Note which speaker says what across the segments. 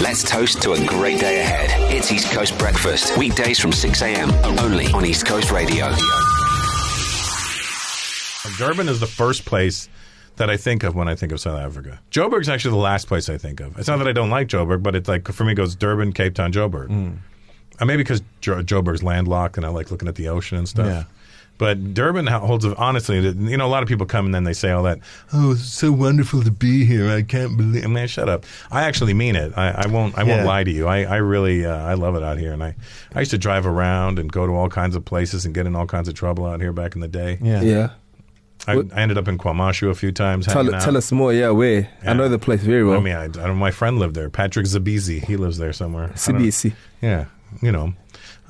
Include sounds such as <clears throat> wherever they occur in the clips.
Speaker 1: Let's toast to a great day ahead. It's East Coast Breakfast, weekdays from 6 a.m. only on East Coast Radio.
Speaker 2: Durban is the first place that I think of when I think of South Africa. Joburg's actually the last place I think of. It's not that I don't like Joburg, but it's like for me it goes Durban, Cape Town, Joburg.
Speaker 3: Hmm.
Speaker 2: Uh, maybe because jo- Joburg's landlocked and I like looking at the ocean and stuff.
Speaker 3: Yeah.
Speaker 2: But Durban ho- holds, honestly, th- you know, a lot of people come and then they say all that, oh, it's so wonderful to be here. I can't believe I Man, shut up. I actually mean it. I, I won't I
Speaker 3: Yeah.
Speaker 2: won't lie to you. I, I really, uh, I love it out here. And I, I used to drive around and go to all kinds of places and get in all kinds of trouble out here back in the day.
Speaker 3: Yeah.
Speaker 4: Yeah.
Speaker 2: I, I ended up in Kwamashu a few times.
Speaker 4: Tell,
Speaker 2: hanging out.
Speaker 4: tell us more. Yeah, where?
Speaker 2: Yeah.
Speaker 4: I know the place very
Speaker 2: I
Speaker 4: well.
Speaker 2: mean, I, I don't, my friend lived there, Patrick Zabizi. He lives there somewhere. I don't-
Speaker 4: CBC.
Speaker 2: Yeah, you know.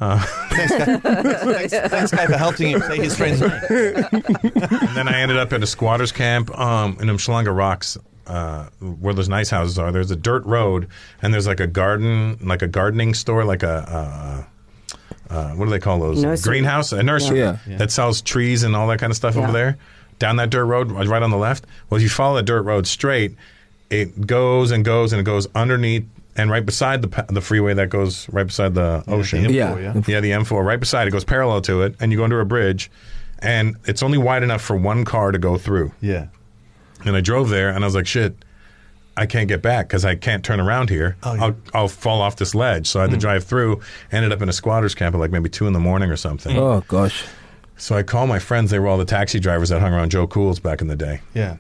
Speaker 2: Uh, him. <laughs>
Speaker 3: Thanks, thanks, guy, for helping him say his friend's name.
Speaker 2: And then I ended up at a squatters camp um, in Umshlanga Rocks, uh, where those nice houses are. There's a dirt road, and there's like a garden, like a gardening store, like a. Uh, uh, what do they call those?
Speaker 5: Nursery.
Speaker 2: Greenhouse, a nursery
Speaker 4: Yeah.
Speaker 2: that sells trees and all that kind of stuff over
Speaker 5: Yeah.
Speaker 2: there. Down that dirt road, right on the left. Well, if you follow the dirt road straight, it goes and goes and it goes underneath and right beside the pa- the freeway that goes right beside the ocean.
Speaker 4: Yeah.
Speaker 3: Oh, yeah.
Speaker 2: Yeah, the M4 right beside it goes parallel to it, and you go under a bridge, and it's only wide enough for one car to go through.
Speaker 3: Yeah.
Speaker 2: And I drove there, and I was like, shit, I can't get back because I can't turn around here.
Speaker 3: Oh, yeah.
Speaker 2: I'll, I'll fall off this ledge. So I had to drive through. Ended up in a squatter's camp at like maybe two in the morning or something.
Speaker 4: Oh, gosh.
Speaker 2: So I called my friends. They were all the taxi drivers that hung around Joe Cool's back in the day.
Speaker 3: Yeah.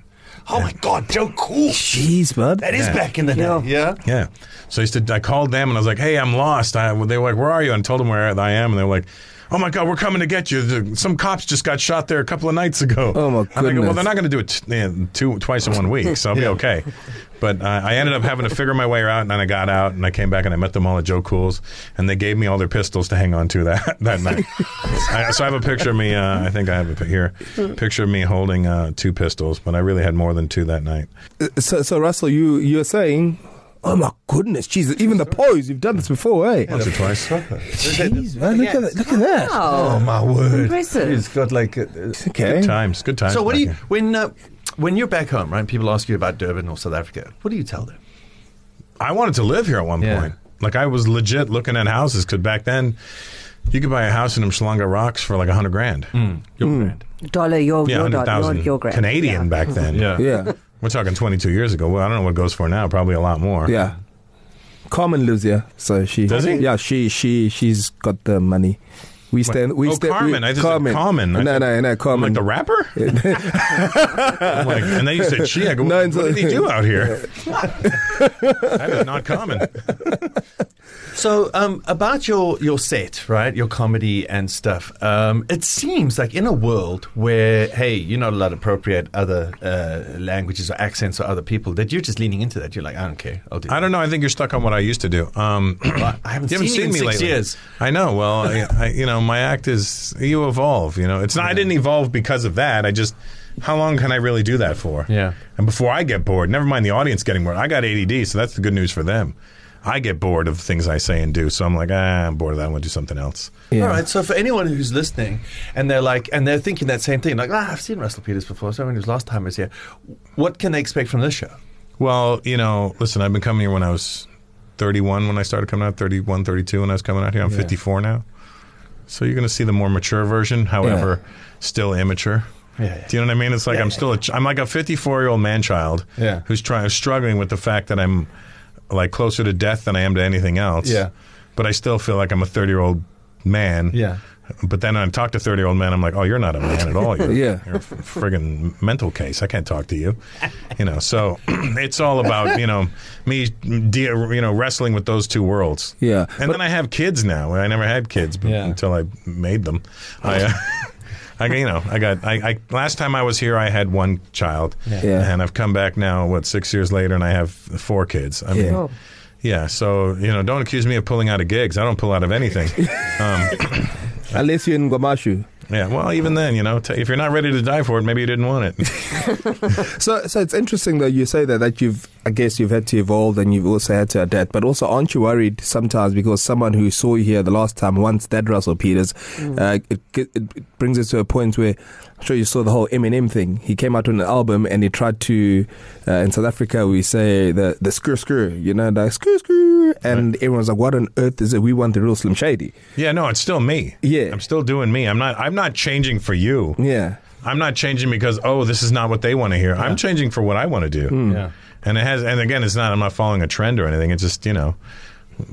Speaker 3: Oh my God, Joe Cool.
Speaker 4: Jeez, bud.
Speaker 3: That is
Speaker 2: Yeah.
Speaker 3: back in the day. Yeah.
Speaker 5: Yeah.
Speaker 2: Yeah. So I, used to, I called them and I was like, hey, I'm lost. I, they were like, where are you? And I told them where I am. And they were like, oh my God, we're coming to get you. The- Some cops just got shot there a couple of nights ago.
Speaker 4: Oh, my
Speaker 2: And I go, well,
Speaker 4: goodness.
Speaker 2: they're not going to do it t- yeah, two, twice in one week, so I'll be okay. But uh, I ended up having to figure my way out, and then I got out, and I came back, and I met them all at Joe Cool's, and they gave me all their pistols to hang on to that, <laughs> that
Speaker 4: <laughs>
Speaker 2: night. I, so I have a picture of me, uh, I think I have a pic- here, picture of me holding uh, two pistols, but I really had more than two that night.
Speaker 4: So, so Russell, you, you were saying, oh, my goodness. Jesus, even the pose. You've done this before, eh?
Speaker 2: Once or twice.
Speaker 4: Jeez, man. Look at that. Look at that.
Speaker 5: Oh,
Speaker 3: My word.
Speaker 5: impressive.
Speaker 6: It's got like a, a-
Speaker 4: Okay.
Speaker 2: Times, good times.
Speaker 3: So what
Speaker 2: back
Speaker 3: do you
Speaker 2: here.
Speaker 3: when uh, when you're back home, right? People ask you about Durban or South Africa. What do you tell them?
Speaker 2: I wanted to live here at one
Speaker 3: Yeah.
Speaker 2: point. Like I was legit looking at houses because back then, you could buy a house in Mshlanga Rocks for like a hundred grand.
Speaker 3: Your brand.
Speaker 5: Dollar, your,
Speaker 2: Yeah,
Speaker 5: your,
Speaker 2: hundred
Speaker 5: dollar,
Speaker 2: thousand
Speaker 5: not your grand.
Speaker 2: Canadian
Speaker 4: <laughs>
Speaker 5: Yeah.
Speaker 2: back then.
Speaker 4: Yeah.
Speaker 2: we're talking twenty two years ago. Well, I don't know what it goes for now. Probably a lot more.
Speaker 4: Yeah. Carmen lives here, so she
Speaker 2: Does he?
Speaker 4: Yeah, she she she's got the money. We stand. We
Speaker 2: oh,
Speaker 4: stand.
Speaker 2: Carmen.
Speaker 4: We,
Speaker 2: I just said Carmen. I
Speaker 4: No,
Speaker 2: said-
Speaker 4: no, no,
Speaker 2: Like
Speaker 4: Carmen.
Speaker 2: the
Speaker 4: <laughs>
Speaker 2: rapper? I'm like, and then you said she. I go,
Speaker 4: No,
Speaker 2: what,
Speaker 4: it's
Speaker 2: what did
Speaker 4: like-
Speaker 2: he do out
Speaker 4: <laughs>
Speaker 2: here? <laughs> that is not common.
Speaker 3: So um, about your your set, right? Your comedy and stuff. Um, it seems like in a world where hey, you're not allowed to appropriate other uh, languages or accents or other people. That you're just leaning into that. You're like, I don't care. I'll do.
Speaker 2: I don't know. I think you're stuck on what I used to do. Um, <clears throat>
Speaker 3: That. I haven't
Speaker 2: You
Speaker 3: seen, you
Speaker 2: haven't seen,
Speaker 3: in
Speaker 2: me
Speaker 3: six
Speaker 2: lately.
Speaker 3: years.
Speaker 2: I know. Well, I, I, you know, my act is you evolve. You know, it's not. I didn't evolve because of that. I just, how long can I really do that for?
Speaker 3: Yeah.
Speaker 2: And before I get bored, never mind the audience getting bored. I got ADD, so that's the good news for them. I get bored of things I say and do, so I'm like, ah, I'm bored of that. I want to do something else.
Speaker 4: Yeah.
Speaker 3: All right. So for anyone who's listening and they're like, and they're thinking that same thing, like, ah, I've seen Russell Peters before. So when he was last time I was here, what can they expect from this show?
Speaker 2: Well, you know, listen, I've been coming here when I was 31 when I started coming out, 31, 32 when I was coming out here. I'm 54 now. So you're going to see the more mature version, however, still immature.
Speaker 3: Yeah, yeah.
Speaker 2: Do you know what I mean? It's like I'm still a ch- I'm like a 54 year old man child
Speaker 3: Yeah.
Speaker 2: who's trying struggling with the fact that I'm like closer to death than I am to anything else.
Speaker 3: Yeah.
Speaker 2: But I still feel like I'm a 30 year old man.
Speaker 3: Yeah.
Speaker 2: But then when I talk to 30 year old men, I'm like, oh, you're not a man at
Speaker 3: <laughs>
Speaker 2: all. You're,
Speaker 4: Yeah.
Speaker 2: you're a f- friggin' mental case. I can't talk to you. You know, so <clears throat> it's all about, you know, me, de- you know, wrestling with those two worlds.
Speaker 4: Yeah.
Speaker 2: And then I have kids now. I never had kids b-
Speaker 3: Yeah.
Speaker 2: until I made them. I, uh, <laughs> I, you know, I got, I, I, last time I was here, I had one child.
Speaker 4: Yeah.
Speaker 2: And I've come back now, what, six years later, and I have four kids. I mean,
Speaker 4: Yeah.
Speaker 5: Oh.
Speaker 2: yeah, so you know, don't accuse me of pulling out of gigs. I don't pull out of anything.
Speaker 4: <laughs>
Speaker 2: um,
Speaker 4: Unless you're in Guamashu.
Speaker 2: yeah, well, even then, you know, t- if you're not ready to die for it, maybe you didn't want it.
Speaker 4: So so it's interesting though you say that that you've I guess you've had to evolve and you've also had to adapt. But also, aren't you worried sometimes because someone who saw you here the last time once that Russell Peters, uh, it, it, it brings us to a point where I'm sure you saw the whole Eminem thing. He came out on an album and he tried to uh, in South Africa we say the the screw screw, you know, the screw screw, and everyone's like, what on earth is it? We want the real Slim Shady.
Speaker 2: Yeah, no, it's still me.
Speaker 4: Yeah.
Speaker 2: I'm still doing me. I'm not I'm not changing for you.
Speaker 4: Yeah.
Speaker 2: I'm not changing because oh, this is not what they want to hear. I'm changing for what I want to do.
Speaker 4: Hmm.
Speaker 6: Yeah.
Speaker 2: And it has and again, it's not I'm not following a trend or anything. It's just, you know,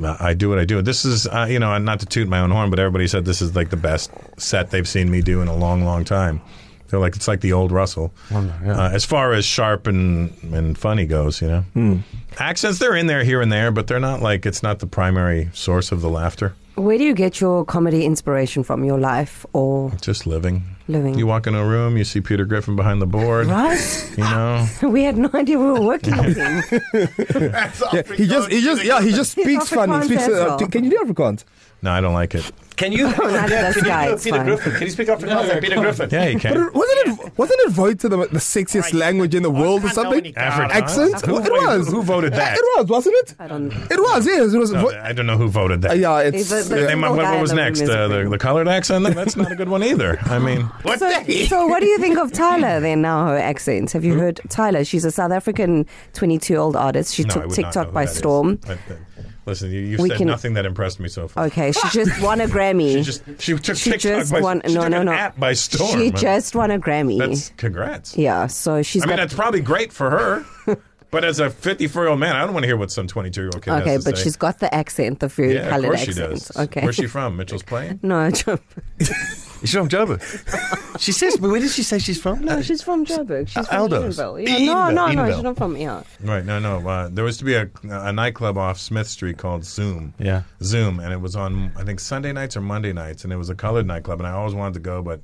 Speaker 2: I I do what I do. This is, uh, you know, and not to toot my own horn, but everybody said this is like the best set they've seen me do in a long, long time. They're like, it's like the old Russell, uh, as far as sharp and, and funny goes, you know.
Speaker 4: Hmm.
Speaker 2: Accents, they're in there here and there, but they're not like it's not the primary source of the laughter.
Speaker 5: Where do you get your comedy inspiration from? Your life or
Speaker 2: Just living.
Speaker 5: Living.
Speaker 2: You walk in a room, you see Peter Griffin behind the board.
Speaker 5: right?
Speaker 2: You know,
Speaker 5: <laughs> we had no idea we were working with him.
Speaker 2: <laughs>
Speaker 4: Yeah, he just, he just, yeah, he just speaks funny. He
Speaker 5: Afrikaans
Speaker 4: speaks.
Speaker 5: as
Speaker 4: Uh,
Speaker 5: well.
Speaker 4: t- can you do Afrikaans?
Speaker 2: no, I don't like it.
Speaker 3: <laughs>
Speaker 6: Can you?
Speaker 5: Neither does Guy, it's fine.
Speaker 6: Can you speak up for like Peter Griffin?
Speaker 2: Yeah, you
Speaker 4: But
Speaker 2: can.
Speaker 4: it- wasn't it wasn't it voted the, the sexiest language in the world or something?
Speaker 2: Afrikaans?
Speaker 4: Accent?
Speaker 2: Who,
Speaker 4: it was.
Speaker 2: Who voted
Speaker 4: Yeah,
Speaker 2: that?
Speaker 4: It was, wasn't it?
Speaker 5: I don't.
Speaker 4: It was. Yes, it was.
Speaker 2: No,
Speaker 4: vo-
Speaker 2: I don't know who voted that.
Speaker 4: uh, yeah, it's.
Speaker 5: But- but-
Speaker 4: yeah.
Speaker 2: They might-
Speaker 5: Little
Speaker 2: what,
Speaker 5: guy
Speaker 2: what
Speaker 5: in
Speaker 2: was
Speaker 5: the room
Speaker 2: next?
Speaker 5: is a
Speaker 2: Uh, the,
Speaker 5: queen.
Speaker 2: the colored accent? That's not a good one either. I mean,
Speaker 6: What
Speaker 5: So, so what do you think of Tyler then now, her accent? Have
Speaker 2: Hmm?
Speaker 5: you heard Tyler? She's a South African 22 year old artist. She
Speaker 2: no, I
Speaker 5: took
Speaker 2: would not know
Speaker 5: TikTok
Speaker 2: who
Speaker 5: by
Speaker 2: that is.
Speaker 5: storm.
Speaker 2: I- I- listen, you, you've
Speaker 5: We
Speaker 2: said
Speaker 5: can-
Speaker 2: nothing that impressed me so far.
Speaker 5: Okay, she
Speaker 2: <laughs>
Speaker 5: just won a Grammy.
Speaker 2: She just she took
Speaker 5: She
Speaker 2: TikTok
Speaker 5: just
Speaker 2: by,
Speaker 5: won.
Speaker 2: she
Speaker 5: no,
Speaker 2: took
Speaker 5: no,
Speaker 2: an
Speaker 5: no.
Speaker 2: app by storm.
Speaker 5: She just won a Grammy.
Speaker 2: that's congrats.
Speaker 5: yeah, so she's
Speaker 2: I mean,
Speaker 5: got.
Speaker 2: that's probably great for
Speaker 5: <laughs>
Speaker 2: her. but as a 54 year old man, I don't want to hear what some 22 year old kid
Speaker 5: okay,
Speaker 2: has to
Speaker 5: but
Speaker 2: say.
Speaker 5: she's got the accent, the very
Speaker 2: yeah, of
Speaker 5: colored
Speaker 2: course
Speaker 5: accent.
Speaker 2: she does.
Speaker 5: Okay.
Speaker 2: Where's she from? Mitchell's Plain.
Speaker 5: <laughs> no, <laughs> Jo-
Speaker 6: She's from Joburg. Uh, she says, but where did she say she's from?
Speaker 5: no, Oh, she's from Joburg. She's from
Speaker 6: Aldo's.
Speaker 5: Edenville. Yeah, no,
Speaker 6: Edenville,
Speaker 5: no, no,
Speaker 6: Edenville.
Speaker 5: she's not from yeah.
Speaker 2: Right. No, no. Uh, there was to be a, a nightclub off Smith Street called Zoom.
Speaker 6: Yeah.
Speaker 2: Zoom, and it was on I think Sunday nights or Monday nights, and it was a colored nightclub, and I always wanted to go, but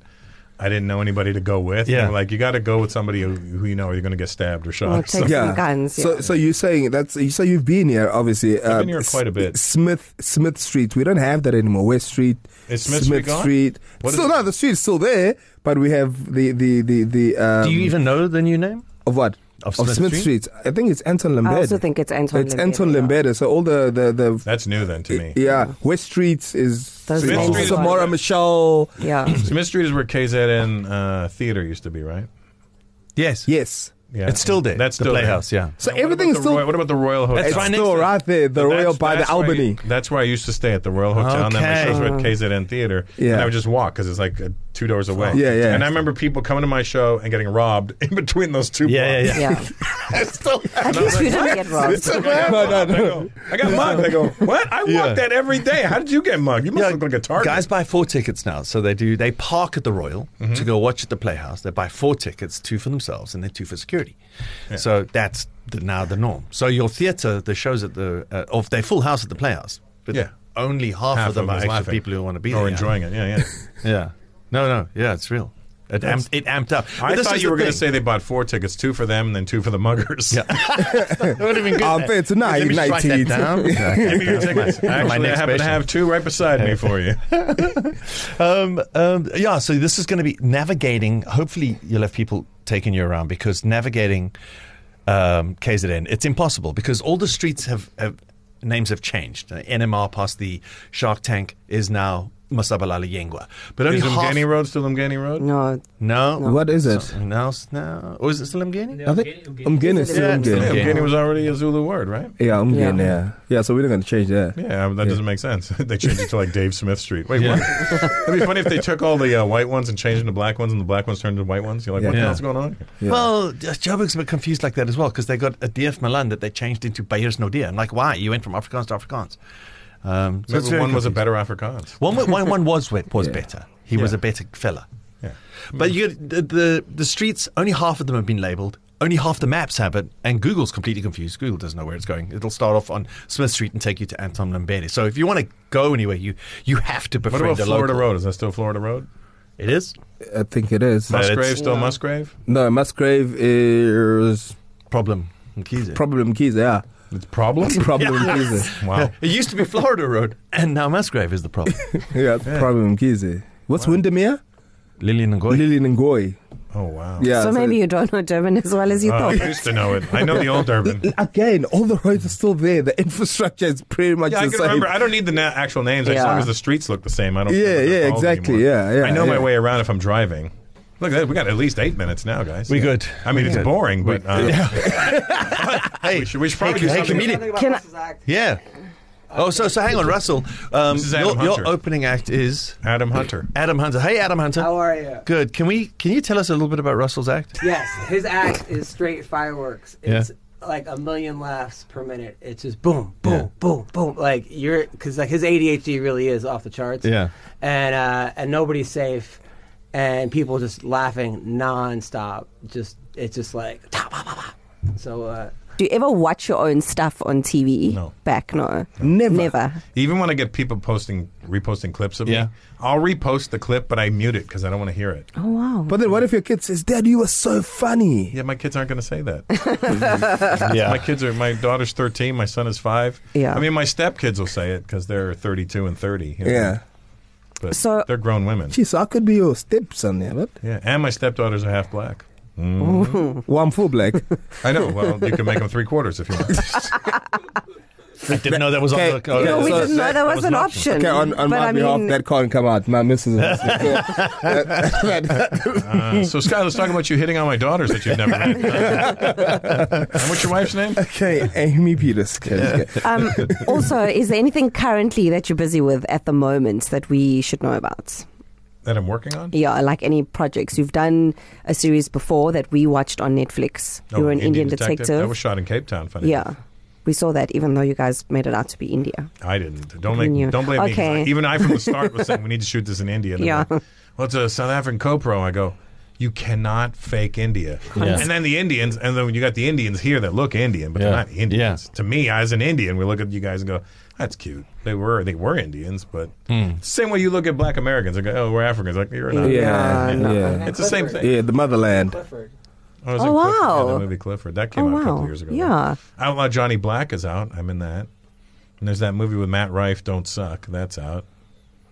Speaker 2: I didn't know anybody to go with. And
Speaker 6: Yeah.
Speaker 2: they were like you got to go with somebody who, who you know, or you're going to get stabbed or shot.
Speaker 5: Well,
Speaker 2: or
Speaker 5: it takes
Speaker 2: something.
Speaker 5: some guns. Yeah.
Speaker 4: So, so you're saying that's so you've been here, obviously. I've
Speaker 2: been here quite a bit.
Speaker 4: Smith Smith Street. We don't have that anymore. West Street.
Speaker 2: Is Smith Street gone?
Speaker 4: Street.
Speaker 2: What is
Speaker 4: still,
Speaker 2: it?
Speaker 4: no, the street is still there, but we have the the the the. Um,
Speaker 6: Do you even know the new name?
Speaker 4: of what?
Speaker 6: Of Smith
Speaker 4: Street? I think it's Anton Lambert.
Speaker 5: I also think it's Anton.
Speaker 4: it's
Speaker 5: Lembede,
Speaker 4: Anton
Speaker 5: yeah.
Speaker 4: Lambert. So all the the the
Speaker 2: That's new then to me.
Speaker 4: yeah West Street is
Speaker 5: Those
Speaker 2: Smith Street is
Speaker 4: Samora
Speaker 2: like-
Speaker 4: Michelle.
Speaker 5: Yeah.
Speaker 2: Smith Street is where KZN uh, Theater used to be, right?
Speaker 6: Yes.
Speaker 4: Yes.
Speaker 2: Yeah,
Speaker 6: It's still there.
Speaker 2: That's
Speaker 6: the
Speaker 2: still there.
Speaker 6: playhouse. Yeah.
Speaker 4: So
Speaker 2: Now, what
Speaker 4: everything
Speaker 2: about
Speaker 4: is
Speaker 2: the
Speaker 4: still.
Speaker 2: Royal- what about the Royal Hotel?
Speaker 4: it's
Speaker 6: right next
Speaker 4: still
Speaker 6: to it.
Speaker 4: right there, the
Speaker 2: That's-
Speaker 4: Royal by the
Speaker 2: that's where you-
Speaker 4: Albany.
Speaker 2: that's where I used to stay at the Royal Hotel, and then my
Speaker 6: Okay.
Speaker 2: shows were at KZN Theater.
Speaker 4: Yeah.
Speaker 2: And I would just walk because it's like uh, two doors away.
Speaker 4: Yeah, yeah.
Speaker 2: And I remember people coming to my show and getting robbed <laughs> in between those two
Speaker 6: Yeah, yeah,
Speaker 2: blocks. <laughs>
Speaker 6: yeah.
Speaker 5: Yeah. At
Speaker 2: I was
Speaker 5: least we
Speaker 2: like,
Speaker 5: didn't get robbed.
Speaker 4: no, no, no. <laughs>
Speaker 2: I got mugged. I go, what? I walk
Speaker 6: Yeah.
Speaker 2: that every day. How did you get mugged? You must
Speaker 6: Yeah,
Speaker 2: look like a target.
Speaker 6: Guys buy four tickets now, so they do. They park at the Royal to go watch at the Playhouse. They buy four tickets, two for themselves and then two for security. So that's the, now the norm. So your theatre, the shows at the, uh, or they full house at the Playhouse, but
Speaker 2: Yeah.
Speaker 6: only half,
Speaker 2: half
Speaker 6: of them are
Speaker 2: us
Speaker 6: actually
Speaker 2: laughing.
Speaker 6: people who want to be
Speaker 2: or
Speaker 6: there
Speaker 2: enjoying it. Yeah, yeah.
Speaker 6: Yeah, no, no, yeah, it's real. It, amped, it amped up.
Speaker 2: I
Speaker 6: But this
Speaker 2: thought
Speaker 6: is
Speaker 2: you
Speaker 6: the
Speaker 2: were going to
Speaker 6: thing.
Speaker 2: say they bought four tickets, two for them, and then two for the muggers. <laughs>
Speaker 6: Yeah. that would have been good.
Speaker 4: Um, it's nine,
Speaker 6: Let me strike that
Speaker 4: 19.
Speaker 6: <laughs>
Speaker 2: <laughs>
Speaker 6: down.
Speaker 2: Give me your tickets.
Speaker 6: My
Speaker 2: Actually, I
Speaker 6: next
Speaker 2: happen to
Speaker 6: patient.
Speaker 2: have two right beside me for you.
Speaker 6: um, um, yeah, so this is going to be navigating. Hopefully, you'll have people taking you around because navigating um, KZN, it's impossible because all the streets have, have names have changed. Uh, NMR past the Shark Tank is now Masabalala Yengwa. But only
Speaker 2: Is
Speaker 6: half.
Speaker 2: Lumgani Road still Lumgani Road?
Speaker 5: No,
Speaker 6: no.
Speaker 4: What is it?
Speaker 6: Something else now. Or is it still Mgeni?
Speaker 4: I think I'm Guinness.
Speaker 5: Yeah,
Speaker 4: I'm
Speaker 2: Yeah,
Speaker 4: Guinness.
Speaker 6: Lumgani.
Speaker 2: Lumgani was already a Zulu word, right?
Speaker 4: Yeah, I'm
Speaker 5: Yeah.
Speaker 4: getting there. Yeah, so we're not going to change that.
Speaker 2: Yeah, that doesn't make sense. <laughs> they changed it to like Dave Smith Street. Wait,
Speaker 6: <laughs>
Speaker 2: what? It'd be funny if they took all the uh, white ones and changed them to black ones, and the black ones turned into white ones. You're like, what the
Speaker 6: Yeah.
Speaker 2: hell's going on? here?
Speaker 4: Yeah.
Speaker 6: Well, just Joburg's a bit confused like that as well because they got a DF Milan that they changed into Bayers Nodia. I'm like, why? You went from Afrikaans to Afrikaans. Um, so it's
Speaker 2: Maybe
Speaker 6: very
Speaker 2: one was a
Speaker 6: confusing.
Speaker 2: better Afrikaans.
Speaker 6: One, wa- one, one was wet, was
Speaker 4: Yeah.
Speaker 6: better. He
Speaker 2: <laughs>
Speaker 6: was
Speaker 2: Yeah. Mm.
Speaker 6: a better fella.
Speaker 2: Yeah.
Speaker 6: But you, the, the the streets, only half of them have been labeled. Only half the maps have it, and Google's completely confused. Google doesn't know where it's going. It'll start off on Smith Street and take you to Anton Lambert. So if you want to go anywhere, you you have to
Speaker 2: What
Speaker 6: befriend
Speaker 2: about
Speaker 6: a
Speaker 2: Florida
Speaker 6: local.
Speaker 2: Road? Is that still Florida Road?
Speaker 6: It is
Speaker 4: I think it is.
Speaker 6: But it's-
Speaker 2: Musgrave still
Speaker 5: Yeah.
Speaker 2: Musgrave?
Speaker 4: No, Musgrave is
Speaker 6: problem. Mkhize.
Speaker 4: problem keys. Yeah,
Speaker 2: It's problem.
Speaker 4: problem <laughs> keys.
Speaker 2: Wow.
Speaker 6: <laughs> it used to be Florida Road, and now Musgrave is
Speaker 2: <laughs>
Speaker 6: the problem.
Speaker 4: Yeah, problem keys. What's Windermere?
Speaker 6: Lillian Ngoyi.
Speaker 4: Lily Ngoi.
Speaker 2: Oh wow.
Speaker 4: Yeah.
Speaker 5: so maybe you don't know Durban as well as you
Speaker 2: Oh,
Speaker 6: <laughs>
Speaker 2: I
Speaker 5: thought.
Speaker 2: used to know it. I know the old Durban.
Speaker 4: Again, all the roads are still there. The infrastructure is pretty much
Speaker 2: Yeah, I
Speaker 4: the
Speaker 2: can
Speaker 4: same.
Speaker 2: remember. I don't need the na- actual names as
Speaker 5: Yeah.
Speaker 2: long as the streets look the same. I don't.
Speaker 4: Yeah,
Speaker 2: care what they're
Speaker 4: yeah,
Speaker 2: called
Speaker 4: exactly.
Speaker 2: anymore.
Speaker 4: Yeah, yeah,
Speaker 2: I know my
Speaker 4: yeah.
Speaker 2: way around if I'm driving. Look, at that, we got at least eight minutes now, guys.
Speaker 6: We good.
Speaker 2: I mean,
Speaker 6: We
Speaker 2: it's
Speaker 6: good.
Speaker 2: boring, but uh,
Speaker 6: <laughs>
Speaker 3: Hey,
Speaker 2: we should, we should probably do
Speaker 3: hey,
Speaker 2: something.
Speaker 3: comedian.
Speaker 5: Can I,
Speaker 3: Yeah. Oh, so so hang on, Russell. Um,
Speaker 2: This is Adam
Speaker 3: your, your
Speaker 2: Hunter.
Speaker 3: opening act is
Speaker 2: Adam Hunter.
Speaker 3: Adam Hunter. Hey, Adam Hunter.
Speaker 7: How are you?
Speaker 3: Good. Can we? Can you tell us a little bit about Russell's
Speaker 6: <laughs>
Speaker 3: act?
Speaker 7: Yes, his act is straight fireworks.
Speaker 3: Yeah.
Speaker 7: It's like a million laughs per minute. It's just boom, boom, boom, boom. Like you're because like his ADHD really is off the charts.
Speaker 3: Yeah.
Speaker 7: and uh, and nobody's safe, and people just laughing nonstop. Just it's just like "Ta, ba, ba, ba." so. Uh,
Speaker 5: do you ever watch your own stuff on TV?
Speaker 2: No.
Speaker 5: Back? No.
Speaker 4: Never.
Speaker 5: Never.
Speaker 2: Even when I get people posting, reposting clips of
Speaker 3: Yeah.
Speaker 2: me, I'll repost the clip, but I mute it because I don't want to hear it.
Speaker 5: Oh, wow.
Speaker 4: But then, what if your kid says, "Dad, you were so funny"?
Speaker 2: Yeah, my kids aren't going to say that.
Speaker 6: Yeah.
Speaker 2: <laughs>
Speaker 4: <laughs>
Speaker 2: My kids are. My daughter's thirteen. My son is five.
Speaker 5: Yeah.
Speaker 2: I mean, my stepkids will say it because they're thirty-two and thirty. you know,
Speaker 4: Yeah.
Speaker 2: But
Speaker 5: So-
Speaker 2: they're grown women.
Speaker 4: Jeez, I could be your stepson, yeah, but
Speaker 2: Yeah. And my stepdaughters are half black.
Speaker 4: well, I'm full <laughs> black.
Speaker 2: I <laughs> know. Well, you can make them three quarters if you want.
Speaker 6: I didn't know that was on
Speaker 4: Okay.
Speaker 6: the. oh,
Speaker 5: no,
Speaker 4: Yeah,
Speaker 5: we
Speaker 4: so
Speaker 5: didn't know
Speaker 4: that-
Speaker 5: that was, an option.
Speaker 4: okay, on, on
Speaker 5: but
Speaker 4: my
Speaker 5: I
Speaker 4: behalf,
Speaker 5: mean,
Speaker 4: that can't come out. My missus. Is
Speaker 2: <laughs>
Speaker 4: <laughs>
Speaker 2: Uh, so, Scott, let's talk about you hitting on my daughters that you've never met. and <laughs> what's your wife's name?
Speaker 4: okay, Amy Peters. Okay, okay.
Speaker 5: um, also, is there anything currently that you're busy with at the moment that we should know about?
Speaker 2: That I'm working on.
Speaker 5: Yeah, like any projects you've done a series before that we watched on Netflix. you were an Indian, detective.
Speaker 2: Oh, That was shot in Cape Town. Funny.
Speaker 5: yeah, we saw that. Even though you guys made it out to be India.
Speaker 2: I didn't. Don't
Speaker 5: Between
Speaker 2: make.
Speaker 5: you.
Speaker 2: Don't blame me. 'cause I-
Speaker 5: Okay.
Speaker 2: Even I, from the start, was
Speaker 5: <laughs>
Speaker 2: saying we need to shoot this in India. And I'm
Speaker 5: Yeah.
Speaker 2: like, well, it's a South African co-pro. I go. You cannot fake India.
Speaker 6: Yeah.
Speaker 2: And then the Indians, and then you got the Indians here that look Indian, but
Speaker 6: Yeah.
Speaker 2: they're not Indians.
Speaker 6: Yeah.
Speaker 2: To me, as an Indian, we look at you guys and go, "That's cute." They were they were Indians, but
Speaker 6: Hmm.
Speaker 2: same way you look at Black Americans and go, "Oh, we're Africans." Like you're not.
Speaker 4: Yeah,
Speaker 5: Yeah, no.
Speaker 4: yeah,
Speaker 2: It's the same thing.
Speaker 4: yeah. The motherland.
Speaker 7: Clifford.
Speaker 2: Oh, is
Speaker 5: Oh,
Speaker 2: it Clifford? Yeah,
Speaker 5: wow.
Speaker 2: the movie Clifford. That came
Speaker 5: Oh,
Speaker 2: out a couple
Speaker 5: wow.
Speaker 2: years ago.
Speaker 5: Yeah.
Speaker 2: Outlaw Johnny Black is out. I'm in that. And there's that movie with Matt Rife, Don't Suck. That's out.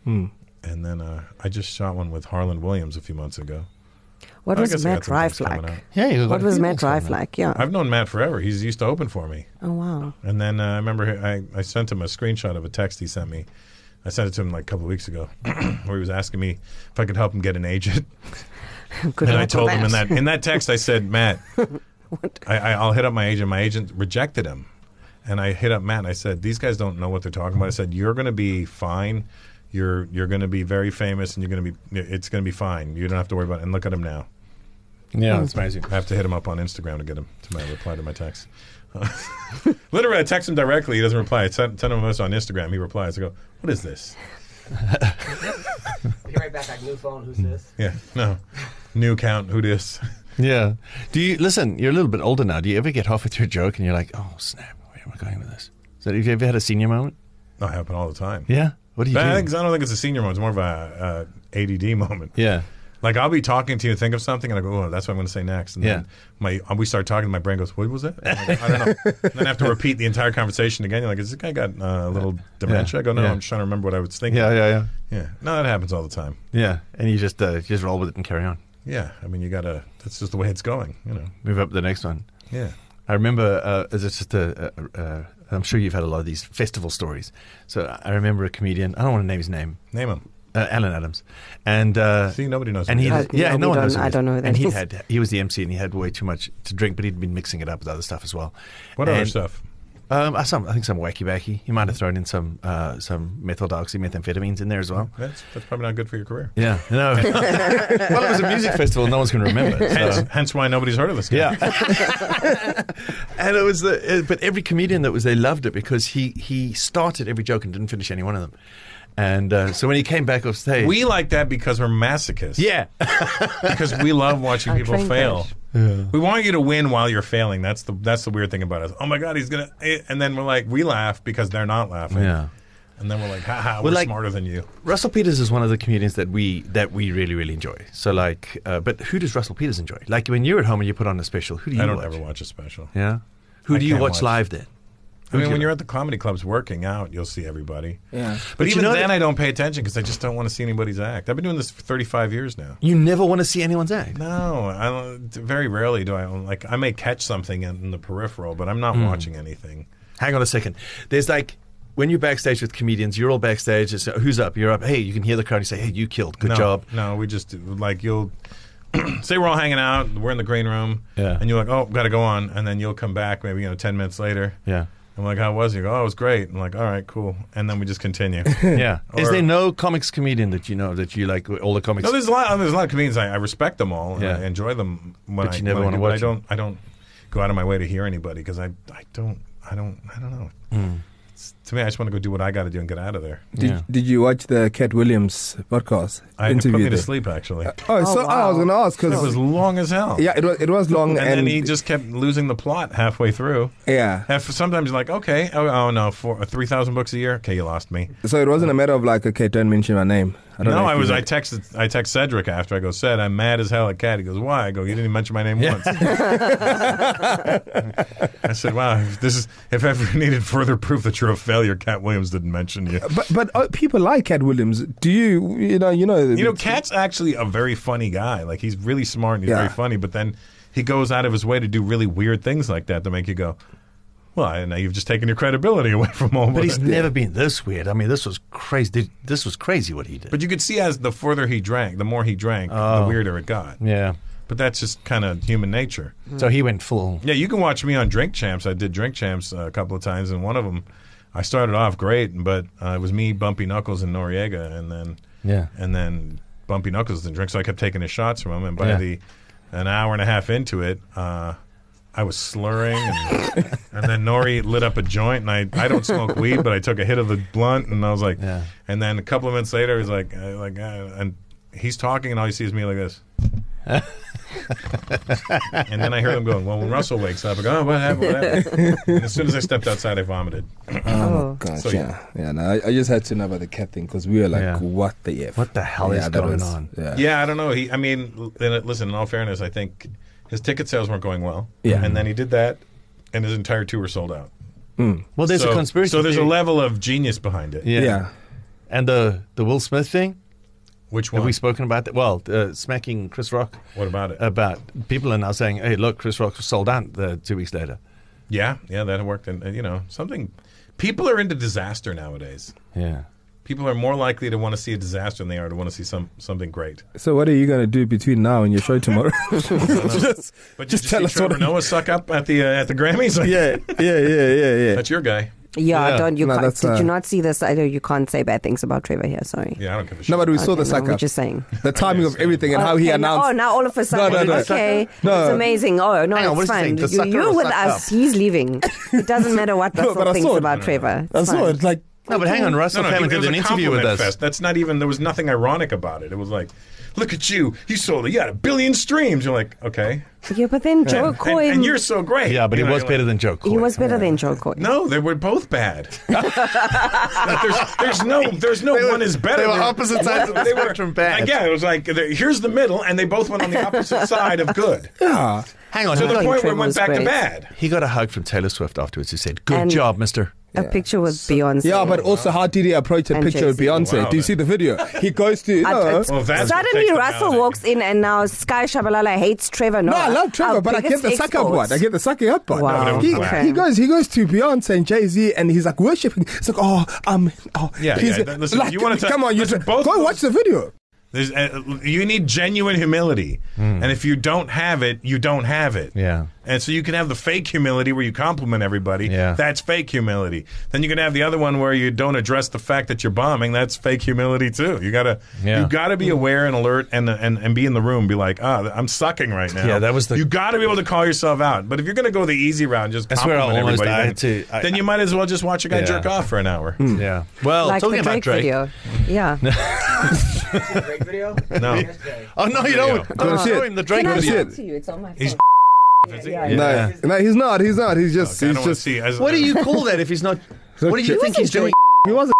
Speaker 2: And then uh, I just shot one with Harlan Williams a few months ago.
Speaker 5: What
Speaker 2: I
Speaker 5: was
Speaker 2: guess I got
Speaker 5: Matt
Speaker 2: some things
Speaker 5: Rife
Speaker 2: coming
Speaker 5: like?
Speaker 2: out.
Speaker 6: Yeah, you look
Speaker 5: What
Speaker 6: like
Speaker 5: was
Speaker 6: you
Speaker 5: Matt
Speaker 6: look like
Speaker 5: Rife
Speaker 6: that.
Speaker 5: like? Yeah.
Speaker 2: I've known Matt forever. He's used to open for me.
Speaker 5: oh wow.
Speaker 2: And then uh, I remember I, I sent him a screenshot of a text he sent me. I sent it to him like a couple of weeks ago, <clears throat> where he was asking me if I could help him get an agent.
Speaker 5: Good
Speaker 2: and I
Speaker 5: luck with
Speaker 2: told him in that in that text, I said, Matt, I, I, I'll hit up my agent. My agent rejected him, and I hit up Matt and I said, these guys don't know what they're talking about. I said, you're going to be fine. You're you're going to be very famous, and you're going to be it's going to be fine. You don't have to worry about. it. And look at him now.
Speaker 6: Yeah, that's amazing.
Speaker 2: I have to hit him up on Instagram to get him to my reply to my text. <laughs> Literally, I text him directly. He doesn't reply. I send, send him a message on Instagram. He replies. I go, what is this?
Speaker 7: Be right back. Like new phone. Who's this?
Speaker 2: Yeah, <laughs> no, new account. Who dis?
Speaker 6: Yeah.
Speaker 3: Do you listen? You're a little bit older now. Do you ever get halfway through a joke and you're like, "Oh snap, where am I going with this?" So, have you ever had a senior moment?
Speaker 2: <laughs> That happen all the time.
Speaker 6: Yeah.
Speaker 3: What do you
Speaker 2: But I,
Speaker 3: do?
Speaker 2: think, I don't think it's a senior moment. It's more of a uh, ADD moment.
Speaker 6: Yeah.
Speaker 2: Like I'll be talking to you, and think of something, and I go, "Oh, that's what I'm going to say next." And then
Speaker 6: Yeah.
Speaker 2: my uh, we start talking, my brain goes, "What was that?" And I, go, I don't
Speaker 6: <laughs>
Speaker 2: know. and then I have to repeat the entire conversation again. You're like, "Is this guy got uh, a little dementia?" I go, "No,
Speaker 6: Yeah.
Speaker 2: I'm just trying to remember what I was thinking."
Speaker 6: Yeah, yeah, yeah.
Speaker 2: yeah. No, that happens all the time.
Speaker 6: Yeah. And you just uh, you just roll with it and carry on.
Speaker 2: Yeah, I mean, you gotta. That's just the way it's going, you know.
Speaker 6: Move up to the next one.
Speaker 2: Yeah.
Speaker 6: I remember, uh, as it's just a, a, a, I'm sure you've had a lot of these festival stories. So I remember a comedian. I don't want to name his name.
Speaker 2: Name him.
Speaker 6: Uh, Alan Adams, and uh,
Speaker 2: See, nobody knows.
Speaker 6: and
Speaker 2: who
Speaker 6: he
Speaker 2: it is.
Speaker 5: Uh,
Speaker 6: yeah,
Speaker 5: no,
Speaker 6: no one
Speaker 5: we don't-
Speaker 6: knows who it
Speaker 5: I
Speaker 6: is.
Speaker 5: don't know who that
Speaker 6: and he
Speaker 5: is.
Speaker 6: had he was the MC and he had way too much to drink, but he'd been mixing it up with other stuff as well.
Speaker 2: what other
Speaker 6: And-
Speaker 2: stuff?
Speaker 6: Um, uh, some I think some wacky backy. He might have thrown in some uh, some methyl dioxide methamphetamines in there as well.
Speaker 2: That's that's probably not good for your career.
Speaker 6: Yeah, no. <laughs> well, it was a <laughs> music festival. No one's going to remember. it, so-
Speaker 2: Hence, hence why nobody's heard of this guy.
Speaker 6: Yeah. <laughs> and it was the, uh, but every comedian that was there loved it because he he started every joke and didn't finish any one of them. And uh, so when he came back off stage,
Speaker 2: We like that because we're masochists.
Speaker 6: yeah,
Speaker 2: because we love watching
Speaker 5: Our
Speaker 2: people
Speaker 5: train
Speaker 2: fail. We want you to win while you're failing. That's the that's the weird thing about us. Oh my god, he's gonna! eh, And then we're like, we laugh because they're not laughing.
Speaker 6: <laughs> yeah.
Speaker 2: And then we're like, haha, we're,
Speaker 6: We're like-
Speaker 2: smarter than you.
Speaker 6: Russell Peters is one of the comedians that we that we really really enjoy. So like, uh, but who does Russell Peters enjoy? Like when you're at home and you put on a special, who do you
Speaker 2: I don't
Speaker 6: watch?
Speaker 2: ever watch a special.
Speaker 6: Yeah, who
Speaker 2: I
Speaker 6: do you
Speaker 2: can't
Speaker 6: watch,
Speaker 2: watch.
Speaker 6: live then?
Speaker 2: I mean, when you're at the comedy clubs working out, you'll see everybody.
Speaker 4: Yeah.
Speaker 2: But,
Speaker 3: you
Speaker 2: even
Speaker 3: know
Speaker 2: then,
Speaker 3: that-
Speaker 2: I don't pay attention because I just don't want to see anybody's act. I've been doing this for 35 years now.
Speaker 3: You never want to see anyone's act.
Speaker 2: No, I don't, very rarely do I. Like, I may catch something in, in the peripheral, but I'm not watching anything.
Speaker 3: Hang on a second. There's like when you're backstage with comedians, you're all backstage. It's, who's up? You're up. Hey, you can hear the crowd. You say, "Hey, you killed. Good
Speaker 2: no,
Speaker 3: job."
Speaker 2: No, we just like you'll <clears throat> say we're all hanging out, we're in the green room,
Speaker 3: Yeah.
Speaker 2: and you're like, oh, got to go on, and then you'll come back maybe you know ten minutes later.
Speaker 3: Yeah.
Speaker 2: I'm like, how was it? You go, Oh, it was great. I'm like, all right, cool, and then we just
Speaker 3: <laughs>
Speaker 2: continue.
Speaker 3: Yeah. Is
Speaker 2: Hmm. Or-
Speaker 3: there no comics comedian that you know that you like? All the comics.
Speaker 2: no, there's a lot. There's a lot of comedians. I, I respect them all. And
Speaker 3: Yeah.
Speaker 2: I enjoy them. When
Speaker 3: But
Speaker 2: I,
Speaker 3: you never
Speaker 2: when
Speaker 3: wanna
Speaker 2: I do, but
Speaker 3: watch
Speaker 2: I don't. I don't go out of my way to hear anybody because I, I don't. I don't. I don't know.
Speaker 3: Hmm.
Speaker 2: It's, to me, I just want to go do what I got to do and get out of there.
Speaker 4: Did,
Speaker 3: Yeah.
Speaker 4: did you watch the Cat Williams podcast
Speaker 2: I, it put
Speaker 4: interview?
Speaker 2: me to
Speaker 4: there?
Speaker 2: sleep actually.
Speaker 3: Uh,
Speaker 4: Oh, so I
Speaker 5: Oh,
Speaker 4: was
Speaker 5: wow.
Speaker 4: going to ask
Speaker 2: it was
Speaker 4: because
Speaker 2: long as hell.
Speaker 4: yeah, it was it was long and,
Speaker 2: and, then he just kept losing the plot halfway through.
Speaker 4: yeah.
Speaker 2: And f- sometimes you're like, okay, oh, oh no, four, three thousand bucks a year. Okay, you lost me.
Speaker 4: So it wasn't a matter of like, okay, don't mention my name. I don't
Speaker 2: no,
Speaker 4: know
Speaker 2: I
Speaker 4: if you
Speaker 2: was. I
Speaker 4: like-
Speaker 2: texted. I text Cedric after. I go, said I'm mad as hell at Cat. He goes, why? I go, you didn't even mention my name once. <laughs> I said, wow, if this is if ever needed further proof that you're a failure, Cat Williams didn't mention you.
Speaker 4: But but uh, people like Cat Williams. Do you you know you know
Speaker 2: You know, Cat's actually a very funny guy. Like he's really smart and he's
Speaker 4: Yeah.
Speaker 2: very funny. But then he goes out of his way to do really weird things like that to make you go, well, I- now you've just taken your credibility away from all. <laughs>
Speaker 6: But he's never been this weird. I mean, this was crazy. Did- This was crazy what he did.
Speaker 2: But you could see as the further he drank, the more he drank, the weirder it got.
Speaker 6: yeah.
Speaker 2: But that's just kind of human nature.
Speaker 6: So he went full.
Speaker 2: Yeah, you can watch me on Drink Champs. I did Drink Champs uh, a couple of times, and one of them, I started off great, but uh, it was me, Bumpy Knuckles, and Noriega, and then
Speaker 6: Yeah.
Speaker 2: and then Bumpy Knuckles didn't drink, so I kept taking his shots from him. And by
Speaker 6: Yeah.
Speaker 2: the an hour and a half into it, uh, I was slurring,
Speaker 6: <laughs>
Speaker 2: and, and then Nori lit up a joint, and I, I don't smoke weed, but I took a hit of the blunt, and I was like,
Speaker 6: Yeah.
Speaker 2: and then a couple of minutes later, he's like, uh, like, uh, and he's talking, and all you see is me like
Speaker 6: <laughs>
Speaker 2: this. and then I heard him going, well, when Russell wakes up, I go, oh, what happened? What
Speaker 6: <laughs>
Speaker 2: happened? and as soon as I stepped outside, I vomited.
Speaker 5: Oh.
Speaker 4: Gosh,
Speaker 2: So,
Speaker 4: yeah, yeah. No, I, I just had to know about the cat thing because we were like,
Speaker 6: Yeah.
Speaker 4: what the f?
Speaker 6: What the hell is
Speaker 4: that
Speaker 6: going
Speaker 4: was-
Speaker 6: on?
Speaker 4: Yeah,
Speaker 2: Yeah, I don't know. He, I mean, l- in a- listen. In all fairness, I think his ticket sales weren't going well.
Speaker 4: Yeah.
Speaker 2: and then he did that, and his entire tour sold out.
Speaker 6: Well, there's
Speaker 2: so,
Speaker 6: a conspiracy.
Speaker 2: So there's a
Speaker 6: theory.
Speaker 2: level of genius behind it.
Speaker 6: Yeah.
Speaker 4: Yeah.
Speaker 6: And the the Will Smith thing.
Speaker 2: Which
Speaker 6: Have
Speaker 2: one?
Speaker 6: we spoken about that? Well, uh, smacking Chris Rock.
Speaker 2: What about
Speaker 4: uh,
Speaker 2: it?
Speaker 6: About people are now saying, "Hey, look, Chris Rock was sold out uh, two weeks later."
Speaker 2: yeah, yeah, that worked. And uh, you know, something. People are into disaster nowadays.
Speaker 6: Yeah.
Speaker 2: People are more likely to want to see a disaster than they are to want to see some something great.
Speaker 4: So what are you gonna do between now and your show tomorrow? <laughs> just
Speaker 2: But
Speaker 4: just
Speaker 2: did
Speaker 4: tell
Speaker 2: you
Speaker 4: us
Speaker 2: see Trevor
Speaker 4: what.
Speaker 2: Noah suck up at the uh, at the Grammys.
Speaker 4: <laughs> <laughs> Yeah, yeah, yeah, yeah, yeah.
Speaker 2: that's your guy.
Speaker 5: Yeah,
Speaker 6: Yeah.
Speaker 5: don't you?
Speaker 4: No,
Speaker 5: can't,
Speaker 4: that's,
Speaker 5: did
Speaker 4: uh,
Speaker 5: you not see this? I know you can't say bad things about Trevor here. Sorry.
Speaker 2: Yeah, I don't give a shit.
Speaker 4: No, but we saw the
Speaker 5: Okay, no,
Speaker 4: suck
Speaker 5: we're
Speaker 4: up.
Speaker 5: just saying.
Speaker 4: The timing of everything and how he
Speaker 5: Okay,
Speaker 4: announced.
Speaker 5: Now, oh, now all of a sudden,
Speaker 4: no, no.
Speaker 5: okay,
Speaker 4: No.
Speaker 5: it's amazing. Oh no,
Speaker 6: Hang on, what does
Speaker 5: it's
Speaker 6: he
Speaker 5: fine.
Speaker 6: think? The
Speaker 5: You,
Speaker 6: sucker
Speaker 5: you're
Speaker 6: or
Speaker 5: with
Speaker 6: suck
Speaker 5: us. He's leaving.
Speaker 4: <laughs>
Speaker 5: It doesn't matter what
Speaker 4: No,
Speaker 5: Russell
Speaker 4: but I
Speaker 5: thinks
Speaker 4: saw it.
Speaker 5: about Trevor.
Speaker 4: I saw it. Like,
Speaker 6: No, but hang on, Russell
Speaker 2: No, no,
Speaker 6: came
Speaker 2: he, it
Speaker 6: and did
Speaker 2: was
Speaker 6: an
Speaker 2: a
Speaker 6: interview with
Speaker 2: compliment
Speaker 6: us.
Speaker 2: Fest. That's not even. There was nothing ironic about it. It was like, look at you. You sold. You had a billion streams. You're like, okay.
Speaker 5: Yeah, but then Joe
Speaker 2: And,
Speaker 5: Coy.
Speaker 2: and you're so great.
Speaker 6: Yeah, but
Speaker 2: You
Speaker 6: it
Speaker 2: know,
Speaker 6: was
Speaker 2: you're
Speaker 6: better
Speaker 2: like,
Speaker 6: than Joe Coy.
Speaker 5: He was better than Joe Coy.
Speaker 2: No, they were both
Speaker 6: <laughs>
Speaker 2: bad. Like, there's, there's no, there's no one is better.
Speaker 6: they were
Speaker 2: than-
Speaker 6: opposite sides of the
Speaker 2: They were-
Speaker 6: spectrum bad.
Speaker 2: Like, yeah, it was like there- here's the middle, and they both went on the
Speaker 6: <laughs>
Speaker 2: opposite side of good
Speaker 4: yeah.
Speaker 6: Hang on,
Speaker 2: to the
Speaker 6: he
Speaker 5: think
Speaker 6: got,
Speaker 2: point where it
Speaker 5: Trevor
Speaker 2: went
Speaker 5: was
Speaker 2: back to
Speaker 5: great.
Speaker 2: bad.
Speaker 6: he got a hug from Taylor Swift afterwards. Who said, "Good
Speaker 5: And-
Speaker 6: job, Mister."
Speaker 5: A picture with Beyonce.
Speaker 4: Yeah, but
Speaker 6: Oh,
Speaker 4: also how did he approach that
Speaker 5: And
Speaker 4: picture with
Speaker 5: Jay-Z.
Speaker 4: Beyonce?
Speaker 2: Wow,
Speaker 4: Do
Speaker 2: then.
Speaker 4: you see the video? He goes to.
Speaker 5: I-
Speaker 4: No. Oh,
Speaker 5: it's-
Speaker 2: Well, that's what
Speaker 5: suddenly
Speaker 2: takes the
Speaker 5: Russell
Speaker 2: validation.
Speaker 5: walks in and now Sky Shabalala hates Trevor Noah.
Speaker 4: No, I love Trevor,
Speaker 5: our
Speaker 4: but I get
Speaker 5: biggest
Speaker 4: the suck up
Speaker 5: export.
Speaker 4: one. I get the sucking up one.
Speaker 5: Wow. No, but it
Speaker 4: He,
Speaker 5: was okay.
Speaker 4: he goes, he goes to Beyonce and Jay Z, and he's like worshiping. It's like, oh, um, oh,
Speaker 2: Yeah,
Speaker 4: he's-
Speaker 2: yeah, th- listen, you wanna ta-
Speaker 4: come on, you
Speaker 2: listen,
Speaker 4: tra-
Speaker 2: both
Speaker 4: go
Speaker 2: those-
Speaker 4: watch the video.
Speaker 2: There's, uh, you need genuine humility,
Speaker 6: Hmm.
Speaker 2: and if you don't have it, you don't have it.
Speaker 6: Yeah.
Speaker 2: And so you can have the fake humility where you compliment everybody.
Speaker 6: Yeah.
Speaker 2: That's fake humility. Then you can have the other one where you don't address the fact that you're bombing. That's fake humility too. You gotta
Speaker 6: Yeah.
Speaker 2: you gotta be aware and alert and and, and be in the room. Be like, ah, I'm sucking right now.
Speaker 6: Yeah, that was the-
Speaker 2: You gotta be able to call yourself out. But if you're gonna go the easy route, and just
Speaker 6: That's where I
Speaker 2: compliment
Speaker 6: almost-
Speaker 2: everybody,
Speaker 6: I
Speaker 2: then,
Speaker 6: had to- I-
Speaker 2: then you might as well just watch a guy
Speaker 6: Yeah. Hmm.
Speaker 2: jerk off for an hour.
Speaker 6: Yeah. Well,
Speaker 5: Like
Speaker 6: Oh, talking
Speaker 5: the Drake,
Speaker 6: about Drake.
Speaker 5: video. Yeah.
Speaker 6: <laughs>
Speaker 7: Great video.
Speaker 2: No.
Speaker 7: Yesterday.
Speaker 6: Oh no, you don't.
Speaker 4: Go
Speaker 6: Don't
Speaker 4: see
Speaker 6: show
Speaker 4: it.
Speaker 6: him the Drake
Speaker 5: Can I
Speaker 4: Good
Speaker 5: show
Speaker 6: video.
Speaker 4: shit.
Speaker 5: it to you? It's on my phone.
Speaker 2: He's Is he?
Speaker 5: Yeah,
Speaker 2: Okay,
Speaker 5: yeah.
Speaker 4: No, no, he's not. He's not. He's just.
Speaker 2: I
Speaker 4: he's
Speaker 2: don't wanna
Speaker 4: just.
Speaker 2: see. I-
Speaker 6: What do you call that if he's not? What do you
Speaker 4: He
Speaker 6: think he's doing?
Speaker 4: He was. off.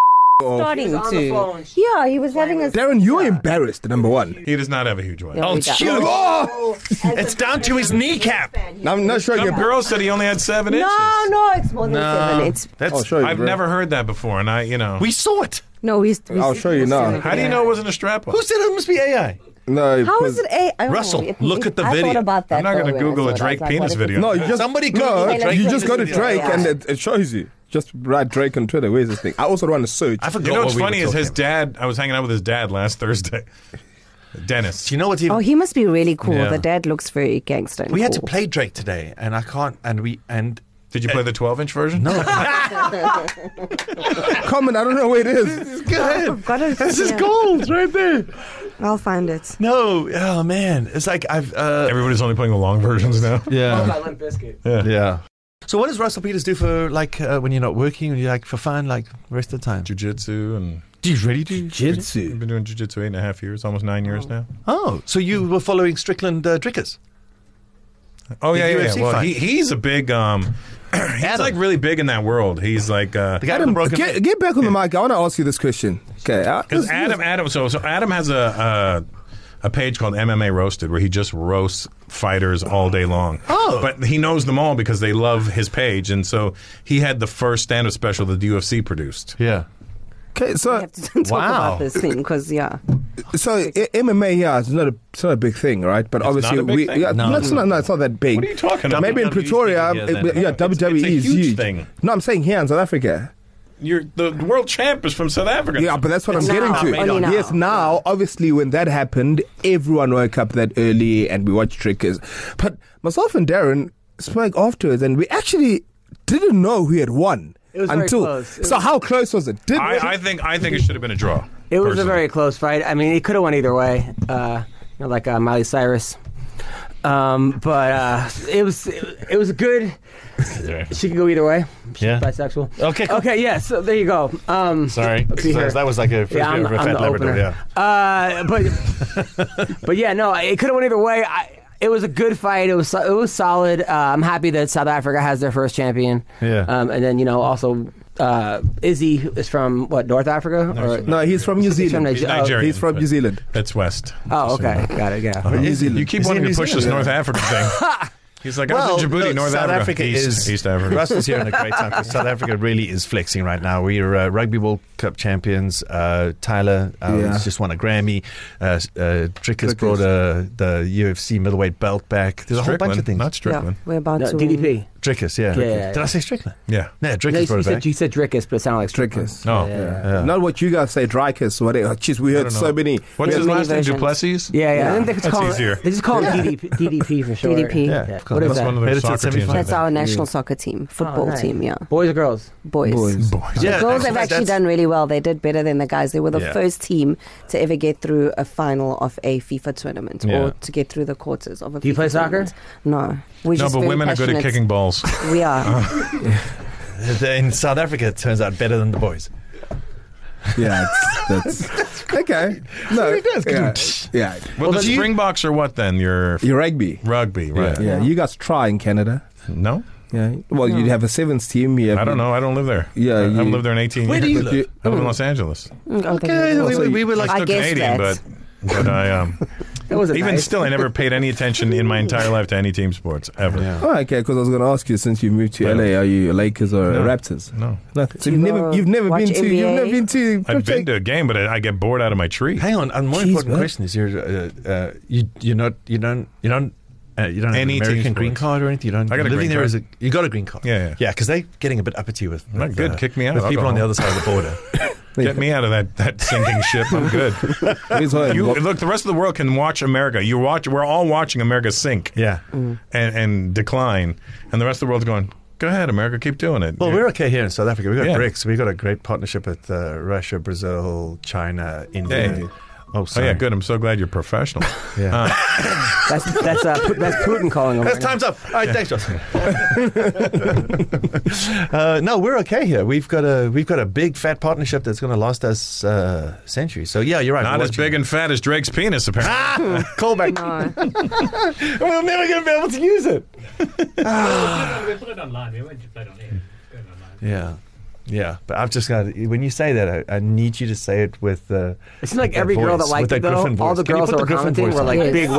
Speaker 5: starting
Speaker 7: He was on the phone.
Speaker 5: to. Yeah, he was having a.
Speaker 4: Darren, you're embarrassed, number one.
Speaker 2: <laughs> He does not have a huge one.
Speaker 5: No, he
Speaker 6: it's
Speaker 5: does.
Speaker 6: huge.
Speaker 4: <laughs> Oh!
Speaker 6: It's down to his kneecap.
Speaker 4: I'm not sure.
Speaker 2: Some girl said he only had seven
Speaker 5: No,
Speaker 2: inches.
Speaker 5: no, it's more than seven. It's
Speaker 6: That's
Speaker 4: I'll show you.
Speaker 2: I've
Speaker 4: bro.
Speaker 2: never heard that before, and I, you know,
Speaker 6: we saw it.
Speaker 5: no. He's, he's,
Speaker 4: I'll show you
Speaker 5: he's
Speaker 4: now.
Speaker 5: seven.
Speaker 2: how do you know it wasn't a strap on?
Speaker 6: Who said it must be AI?
Speaker 4: No,
Speaker 5: How is
Speaker 4: because-
Speaker 5: it? A- I don't
Speaker 6: Russell,
Speaker 5: know. It-
Speaker 6: look
Speaker 5: it-
Speaker 6: at the
Speaker 5: I
Speaker 6: video.
Speaker 5: Thought about that
Speaker 2: I'm not
Speaker 5: though
Speaker 2: going to
Speaker 5: when I
Speaker 2: Google
Speaker 5: saw
Speaker 2: a
Speaker 5: it. I
Speaker 2: Drake
Speaker 5: was like,
Speaker 2: penis
Speaker 5: what if it-
Speaker 2: video.
Speaker 4: No, you just
Speaker 6: Somebody Google
Speaker 4: no,
Speaker 6: the Drake
Speaker 4: You just go to
Speaker 5: penis video.
Speaker 4: Drake and
Speaker 5: Yeah.
Speaker 4: it, it shows you. Just write Drake on Twitter. Where's this thing? I also want to search.
Speaker 6: I forgot.
Speaker 2: You know what's
Speaker 6: what Oh, we
Speaker 2: funny
Speaker 6: were
Speaker 2: is his
Speaker 6: talking
Speaker 2: dad. I was hanging out with his dad last Thursday, <laughs> Dennis.
Speaker 6: about. You know what's even?
Speaker 5: Oh, he must be really cool.
Speaker 2: Yeah.
Speaker 5: The dad looks very gangster. and
Speaker 6: we had to
Speaker 5: cool.
Speaker 6: play Drake today, and I can't. And we and
Speaker 2: Did you play the 12 inch version?
Speaker 6: <laughs>
Speaker 2: No.
Speaker 4: Comment. I don't know where
Speaker 2: <laughs>
Speaker 4: it is.
Speaker 5: I've got
Speaker 6: <laughs>
Speaker 5: it.
Speaker 6: this is
Speaker 5: Yeah.
Speaker 6: gold right there.
Speaker 5: I'll find it.
Speaker 6: No, oh man, it's like I've. Uh,
Speaker 2: Everybody's only playing the long versions now.
Speaker 7: Oh,
Speaker 6: <laughs> yeah,
Speaker 7: by Limp Bizkit.
Speaker 6: yeah. So what does Russell Peters do for like uh, when you're not working and you're like for fun like the rest of the time?
Speaker 2: Jiu-jitsu and
Speaker 6: Do you really do?
Speaker 2: I've
Speaker 4: Jitsu.
Speaker 2: been doing jiu-jitsu eight and a half years, almost nine years now.
Speaker 6: Oh, so you were following Strickland uh, Drickers?
Speaker 2: Oh
Speaker 6: The
Speaker 2: yeah, yeah.
Speaker 6: UFC
Speaker 2: yeah. Well,
Speaker 6: fight.
Speaker 2: he, he's a big. um <clears throat> He's
Speaker 6: Adam.
Speaker 2: like really big in that world. He's like uh,
Speaker 6: The guy with the broken.
Speaker 4: Get, get back on the mic. I want to ask you this question. Okay. I-
Speaker 2: Because
Speaker 4: this-
Speaker 2: Adam, Adam, so so Adam has a, a a page called MMA Roasted where he just roasts fighters all day long.
Speaker 6: Oh.
Speaker 2: but he knows them all because they love his page, and so he had the first stand-up special that the UFC produced.
Speaker 6: yeah.
Speaker 4: Okay.
Speaker 5: We
Speaker 4: So,
Speaker 5: have to <laughs> talk
Speaker 6: Wow.
Speaker 5: about this thing because yeah,
Speaker 4: so I- MMA, yeah, it's not a, it's not a big thing, right? But obviously,
Speaker 2: not a big
Speaker 4: we
Speaker 2: thing?
Speaker 4: yeah, no. it's not, no, it's not that big.
Speaker 2: What are you talking about? E
Speaker 4: Maybe in
Speaker 6: WWE
Speaker 4: Pretoria,
Speaker 6: here
Speaker 4: it-
Speaker 6: then.
Speaker 4: yeah,
Speaker 2: It's- it's a
Speaker 4: WWE is
Speaker 2: huge
Speaker 4: huge.
Speaker 2: thing.
Speaker 4: No, I'm saying here in South Africa.
Speaker 2: You're the world champ is from South Africa.
Speaker 4: Yeah, but that's what
Speaker 5: It's
Speaker 4: I'm
Speaker 5: now,
Speaker 4: getting to.
Speaker 5: only now.
Speaker 4: Yes, now obviously when that happened, everyone woke up that early and we watched Trickers. But myself and Darren spoke afterwards, and we actually didn't know who had won.
Speaker 7: It was very
Speaker 4: until
Speaker 7: close. It
Speaker 4: so,
Speaker 7: was-
Speaker 4: how close was it? Did
Speaker 2: I, I think I think it should have been a draw.
Speaker 7: It was a
Speaker 2: personally.
Speaker 7: very close fight. I mean, it could have went either way. Uh, you know, like uh, Miley Cyrus. Um, but uh, it was it, was good. She could go either way. She's
Speaker 6: Yeah.
Speaker 7: bisexual.
Speaker 6: Okay, cool.
Speaker 7: Okay. Yeah. So there you go. Um,
Speaker 6: Sorry,
Speaker 7: see here.
Speaker 6: that was like a
Speaker 7: Yeah, I'm,
Speaker 6: over a
Speaker 7: I'm
Speaker 6: fat
Speaker 7: the
Speaker 6: Labrador.
Speaker 7: opener.
Speaker 6: Yeah.
Speaker 7: Uh, but
Speaker 6: <laughs>
Speaker 7: but yeah, no, it could have went either way. I, it was a good fight. It was so- it was solid. Uh, I'm happy that South Africa has their first champion.
Speaker 6: Yeah.
Speaker 7: Um, and then you know also uh, Izzy is from what North Africa or
Speaker 4: no, he's from New
Speaker 7: He's
Speaker 4: Zealand.
Speaker 7: from Nigeria.
Speaker 2: He's Nigerian.
Speaker 4: He's from
Speaker 2: but
Speaker 4: New Zealand.
Speaker 2: That's West.
Speaker 7: Oh, okay, got it. Yeah.
Speaker 4: New Zealand.
Speaker 2: You keep
Speaker 6: Is he
Speaker 2: wanting
Speaker 6: in
Speaker 2: to
Speaker 6: New
Speaker 2: push this
Speaker 6: Zealand?
Speaker 2: North Africa thing. He's like, I was in Djibouti,
Speaker 6: look,
Speaker 2: North
Speaker 6: South
Speaker 2: Africa, East,
Speaker 6: is
Speaker 2: East Africa.
Speaker 6: Russell's here in a great time 'cause South Africa really is flexing right now. We're uh, Rugby World Cup champions. Uh, Tyler uh,
Speaker 4: Yeah.
Speaker 6: has just won a Grammy. Uh, s- uh, Trick has brought uh, the UFC middleweight belt back. There's a whole bunch of
Speaker 2: Strickland,
Speaker 6: things.
Speaker 2: Not
Speaker 5: yeah,
Speaker 2: Strickland.
Speaker 5: we're about
Speaker 7: No,
Speaker 5: to
Speaker 7: DDP.
Speaker 6: Trickus, yeah.
Speaker 7: Yeah, yeah,
Speaker 6: Did I say Strickland? <laughs>
Speaker 2: Yeah.
Speaker 6: Yeah,
Speaker 7: No, you,
Speaker 6: Trickus brought
Speaker 7: you
Speaker 6: it back.
Speaker 7: said, you said Drickus, but it sounded like
Speaker 4: Trickers.
Speaker 2: No.
Speaker 7: Yeah,
Speaker 6: Yeah.
Speaker 4: Not what you guys say, Dreykus. What? oh, Jeez, we
Speaker 2: I
Speaker 4: heard
Speaker 2: don't
Speaker 4: so
Speaker 2: know.
Speaker 4: many.
Speaker 2: What's his
Speaker 5: many
Speaker 2: last name?
Speaker 5: versions.
Speaker 2: Duplessis?
Speaker 7: yeah. yeah. I think they just
Speaker 2: That's
Speaker 7: call
Speaker 2: easier.
Speaker 7: Him, they just call him DDP, DDP for short.
Speaker 5: DDP.
Speaker 7: Yeah,
Speaker 5: Yeah,
Speaker 6: of course.
Speaker 7: What is
Speaker 2: That's
Speaker 7: that?
Speaker 2: one of their
Speaker 6: Made it to the
Speaker 2: soccer teams. I
Speaker 6: semifinals.
Speaker 5: That's
Speaker 2: think.
Speaker 5: our national soccer team, football
Speaker 7: Oh, nice.
Speaker 5: team. Yeah,
Speaker 7: Boys or girls?
Speaker 5: boys.
Speaker 4: Boys.
Speaker 6: Yeah,
Speaker 5: Girls
Speaker 6: actually,
Speaker 5: have actually
Speaker 6: that's-
Speaker 5: done really well. They did better than the guys. They were the
Speaker 6: Yeah.
Speaker 5: first team to ever get through a final of a FIFA tournament
Speaker 6: Yeah.
Speaker 5: or to get through the quarters of a
Speaker 7: Do you
Speaker 5: FIFA
Speaker 7: play soccer?
Speaker 5: tournament. No. We're
Speaker 2: No,
Speaker 5: just
Speaker 2: but
Speaker 5: very
Speaker 2: women are good at
Speaker 5: passionate.
Speaker 2: kicking balls.
Speaker 5: We
Speaker 2: <laughs>
Speaker 5: are. <laughs>
Speaker 6: In South Africa, it turns out better than the boys.
Speaker 4: <laughs> Yeah, it's,
Speaker 2: <laughs>
Speaker 4: that's okay. No,
Speaker 6: It does.
Speaker 4: yeah, yeah.
Speaker 2: Well, the
Speaker 6: do you-
Speaker 2: Springboks are what then? Your
Speaker 4: You're rugby.
Speaker 2: rugby, right?
Speaker 4: Yeah, you guys try in Canada.
Speaker 2: No,
Speaker 4: Yeah. Well, you have a sevens team. You have
Speaker 2: I don't know. I don't live there.
Speaker 4: Yeah,
Speaker 2: I
Speaker 4: you-
Speaker 2: haven't lived there in 18
Speaker 6: Where do
Speaker 2: years.
Speaker 6: you
Speaker 4: But
Speaker 6: live?
Speaker 4: you-
Speaker 2: I live in Los Angeles.
Speaker 5: okay.
Speaker 4: so
Speaker 6: we, we were like,
Speaker 5: I
Speaker 2: Still
Speaker 5: guess
Speaker 2: Canadian,
Speaker 5: that.
Speaker 2: but but I um
Speaker 7: That was a
Speaker 2: even
Speaker 7: nice.
Speaker 2: still I never paid any attention in my entire life to any team sports ever.
Speaker 4: Oh, okay. Because I was going to ask you, since you moved to
Speaker 2: Yeah.
Speaker 4: LA, are you Lakers or
Speaker 2: No.
Speaker 4: Raptors?
Speaker 2: No,
Speaker 4: No. So
Speaker 5: You
Speaker 4: you've
Speaker 5: go
Speaker 4: never, you've never
Speaker 5: watch
Speaker 4: been to, you've
Speaker 5: NBA?
Speaker 4: never been to.
Speaker 2: I've been to a game, but I, I get bored out of my tree.
Speaker 6: Hang on, and more
Speaker 4: Jeez,
Speaker 6: important
Speaker 4: man.
Speaker 6: question is you're, uh, uh, you you're not you don't you don't uh, you don't have
Speaker 2: Any
Speaker 6: an American
Speaker 2: team
Speaker 6: green
Speaker 2: sports.
Speaker 6: card or anything. You don't.
Speaker 2: I got a
Speaker 6: living
Speaker 2: green
Speaker 6: there
Speaker 2: card.
Speaker 6: is a you got a green card.
Speaker 2: Yeah, yeah.
Speaker 6: yeah. Because they're getting a bit uppity with,
Speaker 2: Not
Speaker 6: with,
Speaker 2: good.
Speaker 6: uh,
Speaker 2: Kick me out.
Speaker 6: With
Speaker 2: I'll
Speaker 6: people
Speaker 2: go
Speaker 6: on the
Speaker 2: home.
Speaker 6: other side of the
Speaker 2: <laughs>
Speaker 6: border.
Speaker 2: Get me out of that, that sinking ship. I'm good.
Speaker 4: to.
Speaker 2: You, look, the rest of the world can watch America. You watch. We're all watching America sink. Mm.
Speaker 6: yeah.
Speaker 2: and, and decline, and the rest of the world's going, go ahead, America, keep doing it.
Speaker 6: Well, we're okay here in South Africa. We got
Speaker 2: Yeah.
Speaker 6: BRICS. We got a great partnership with uh, Russia, Brazil, China, India.
Speaker 2: Hey.
Speaker 6: Oh,
Speaker 2: oh
Speaker 6: sorry.
Speaker 2: yeah, good. Uh, I'm so glad you're
Speaker 6: <laughs>
Speaker 2: professional.
Speaker 6: Yeah.
Speaker 7: That's that's uh, Pu- that's Putin calling him.
Speaker 6: That's
Speaker 7: right now.
Speaker 6: time's up. All right, thanks, Justin. <laughs> uh, no, we're okay here. We've got a we've got a big fat partnership that's going to last us uh, centuries. So yeah, you're right.
Speaker 2: Not
Speaker 6: we're
Speaker 2: as big
Speaker 6: watching.
Speaker 2: and fat as Drake's
Speaker 6: <laughs>
Speaker 2: penis, apparently.
Speaker 6: ah, callback. <laughs>
Speaker 5: No.
Speaker 6: We're never going to be able to
Speaker 8: <laughs>
Speaker 6: use it. Ah.
Speaker 8: We put it online. We won't just play it on air. It's going online.
Speaker 6: Yeah. Yeah, but I've just got. When you say that, I, I need you to say it with. Uh,
Speaker 7: It seemed like
Speaker 6: that
Speaker 7: every girl
Speaker 6: voice,
Speaker 7: that liked
Speaker 6: with
Speaker 7: it, though,
Speaker 6: Griffin
Speaker 7: all
Speaker 6: voice.
Speaker 7: the
Speaker 6: Can you
Speaker 7: girls
Speaker 6: put
Speaker 7: that were
Speaker 6: the Griffin
Speaker 7: commenting
Speaker 6: voice
Speaker 7: were like
Speaker 5: on?
Speaker 7: big
Speaker 5: Yes.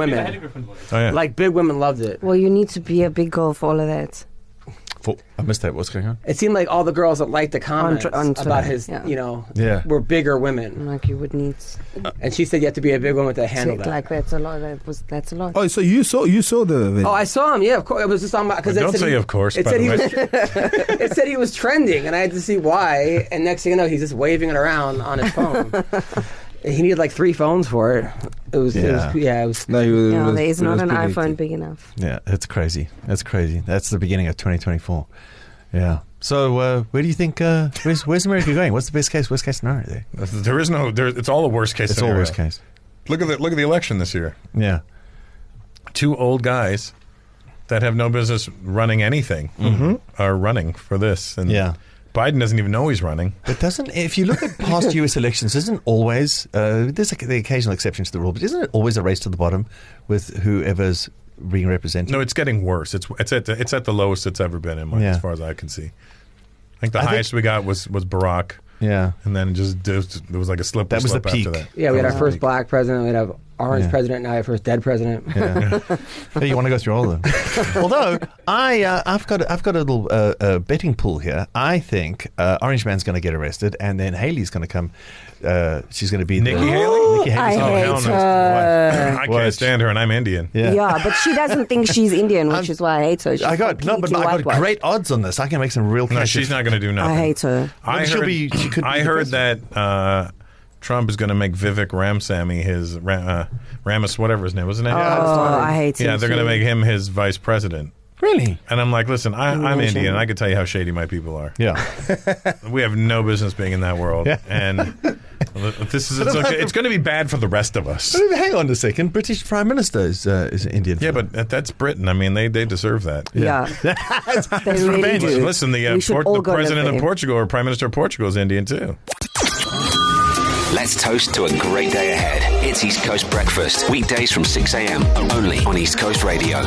Speaker 7: women.
Speaker 2: Oh, yeah.
Speaker 7: Like big women loved it.
Speaker 5: Well, you need to be a big girl for all of that.
Speaker 6: on? I missed that. What's going on?
Speaker 7: It seemed like all the girls that liked the comments
Speaker 5: On tr- on Twitter,
Speaker 7: about his,
Speaker 5: yeah.
Speaker 7: you know,
Speaker 6: Yeah.
Speaker 7: were bigger women.
Speaker 5: Like you would need to
Speaker 7: And she said you have to be a big woman to handle that.
Speaker 5: Mm-hmm. like that's a lot. That was that's a lot.
Speaker 4: Oh, so you saw you saw the video.
Speaker 7: Oh, I saw him. Yeah, of course. It was just on my. Cause it
Speaker 2: Don't
Speaker 7: said
Speaker 2: say
Speaker 7: he-
Speaker 2: of course,
Speaker 7: It
Speaker 2: by
Speaker 7: said
Speaker 2: the
Speaker 7: he
Speaker 2: way.
Speaker 6: <laughs>
Speaker 7: was. it said he was trending, and I had to see why. And next thing you know, he's just waving it around on his phone. he needed like three phones for it. It was. Yeah. It was, yeah. It was.
Speaker 4: no, he was-
Speaker 5: yeah,
Speaker 4: was-
Speaker 5: there is
Speaker 4: he
Speaker 5: not
Speaker 4: was
Speaker 5: an
Speaker 4: predicted.
Speaker 5: iPhone big enough.
Speaker 6: Yeah, that's crazy. That's crazy. That's the beginning of 2024. Yeah. So uh, where do you think? Uh, where's Where's America going? What's the best case? Worst case scenario? There.
Speaker 2: <laughs> There is no. There, it's all a worst case.
Speaker 6: It's all
Speaker 2: scenario.
Speaker 6: worst case.
Speaker 2: Look at the look at the election this year.
Speaker 6: Yeah.
Speaker 2: Two old guys that have no business running anything are running for this, and
Speaker 6: Mm-hmm. Yeah.
Speaker 2: Biden doesn't even know he's running.
Speaker 6: But doesn't if you look at past U.S. elections, isn't always uh, there's like the occasional exception to the rule, but isn't it always a race to the bottom with whoever's being represented?
Speaker 2: No, it's getting worse. It's it's at the, it's at the lowest it's ever been in my,
Speaker 6: Yeah.
Speaker 2: as far as I can see. I think the
Speaker 6: I think-
Speaker 2: highest we got was was Barack,
Speaker 6: Yeah.
Speaker 2: and then just just- there was like a slip.
Speaker 6: That was the
Speaker 2: slip
Speaker 6: peak.
Speaker 2: After that.
Speaker 7: Yeah. We had our
Speaker 6: Yeah.
Speaker 7: first black president. We had our orange
Speaker 6: Yeah.
Speaker 7: president. Now we have first dead president.
Speaker 2: <laughs>
Speaker 6: Yeah. Hey, you want to go through all of them? Although I, uh, I've got, I've got a little uh, uh, betting pool here. I think uh, Orange Man's going to get arrested, and then Haley's going to come. Uh, she's going to be
Speaker 2: Nikki
Speaker 6: the,
Speaker 2: Haley?
Speaker 6: Nikki Oh, Haley's
Speaker 5: I
Speaker 6: gonna-
Speaker 5: hate
Speaker 2: Oh, hell no.
Speaker 5: her.
Speaker 2: I can't
Speaker 6: Watch.
Speaker 2: stand her, and I'm Indian.
Speaker 6: Yeah.
Speaker 5: Yeah. but she doesn't think she's Indian, which
Speaker 6: I'm-
Speaker 5: is why I hate her. She's
Speaker 6: I got no, but
Speaker 5: completely
Speaker 6: I got
Speaker 5: whitewashed.
Speaker 6: great odds on this. I can make some real.
Speaker 2: No,
Speaker 6: cash
Speaker 2: she's
Speaker 6: if-
Speaker 2: not going to do nothing.
Speaker 5: hate her.
Speaker 2: I
Speaker 6: She'll
Speaker 2: heard,
Speaker 6: be- she could be
Speaker 2: I
Speaker 6: the
Speaker 2: heard that
Speaker 6: president.
Speaker 2: uh, Trump is going to make Vivek Ramsamy his Ra- uh, Ramus, whatever his name was. His name?
Speaker 5: Oh, I hate
Speaker 2: yeah,
Speaker 5: him
Speaker 2: they're going to
Speaker 5: too.
Speaker 2: make him his vice president.
Speaker 6: Really?
Speaker 2: And I'm like, listen, I, I'm
Speaker 5: Imagine.
Speaker 2: Indian. I could tell you how shady my people are.
Speaker 6: Yeah.
Speaker 2: We have no business being in that world. And this is it's, okay. it's going to be bad for the rest of us.
Speaker 6: But <laughs> Hang on a second. British Prime Minister is, uh, is an Indian.
Speaker 2: Yeah,
Speaker 6: fellow.
Speaker 2: but that- that's Britain. I mean, they, they deserve that.
Speaker 5: Yeah, they really
Speaker 6: revenge.
Speaker 5: do.
Speaker 2: Listen, the, uh,
Speaker 5: We should
Speaker 2: Port-
Speaker 5: all
Speaker 2: the
Speaker 5: go live
Speaker 2: president
Speaker 5: for
Speaker 2: of
Speaker 5: him.
Speaker 2: Portugal or prime minister of Portugal is Indian too.
Speaker 1: Let's toast to a great day ahead. It's East Coast Breakfast, weekdays from 6 a.m. only on East Coast Radio.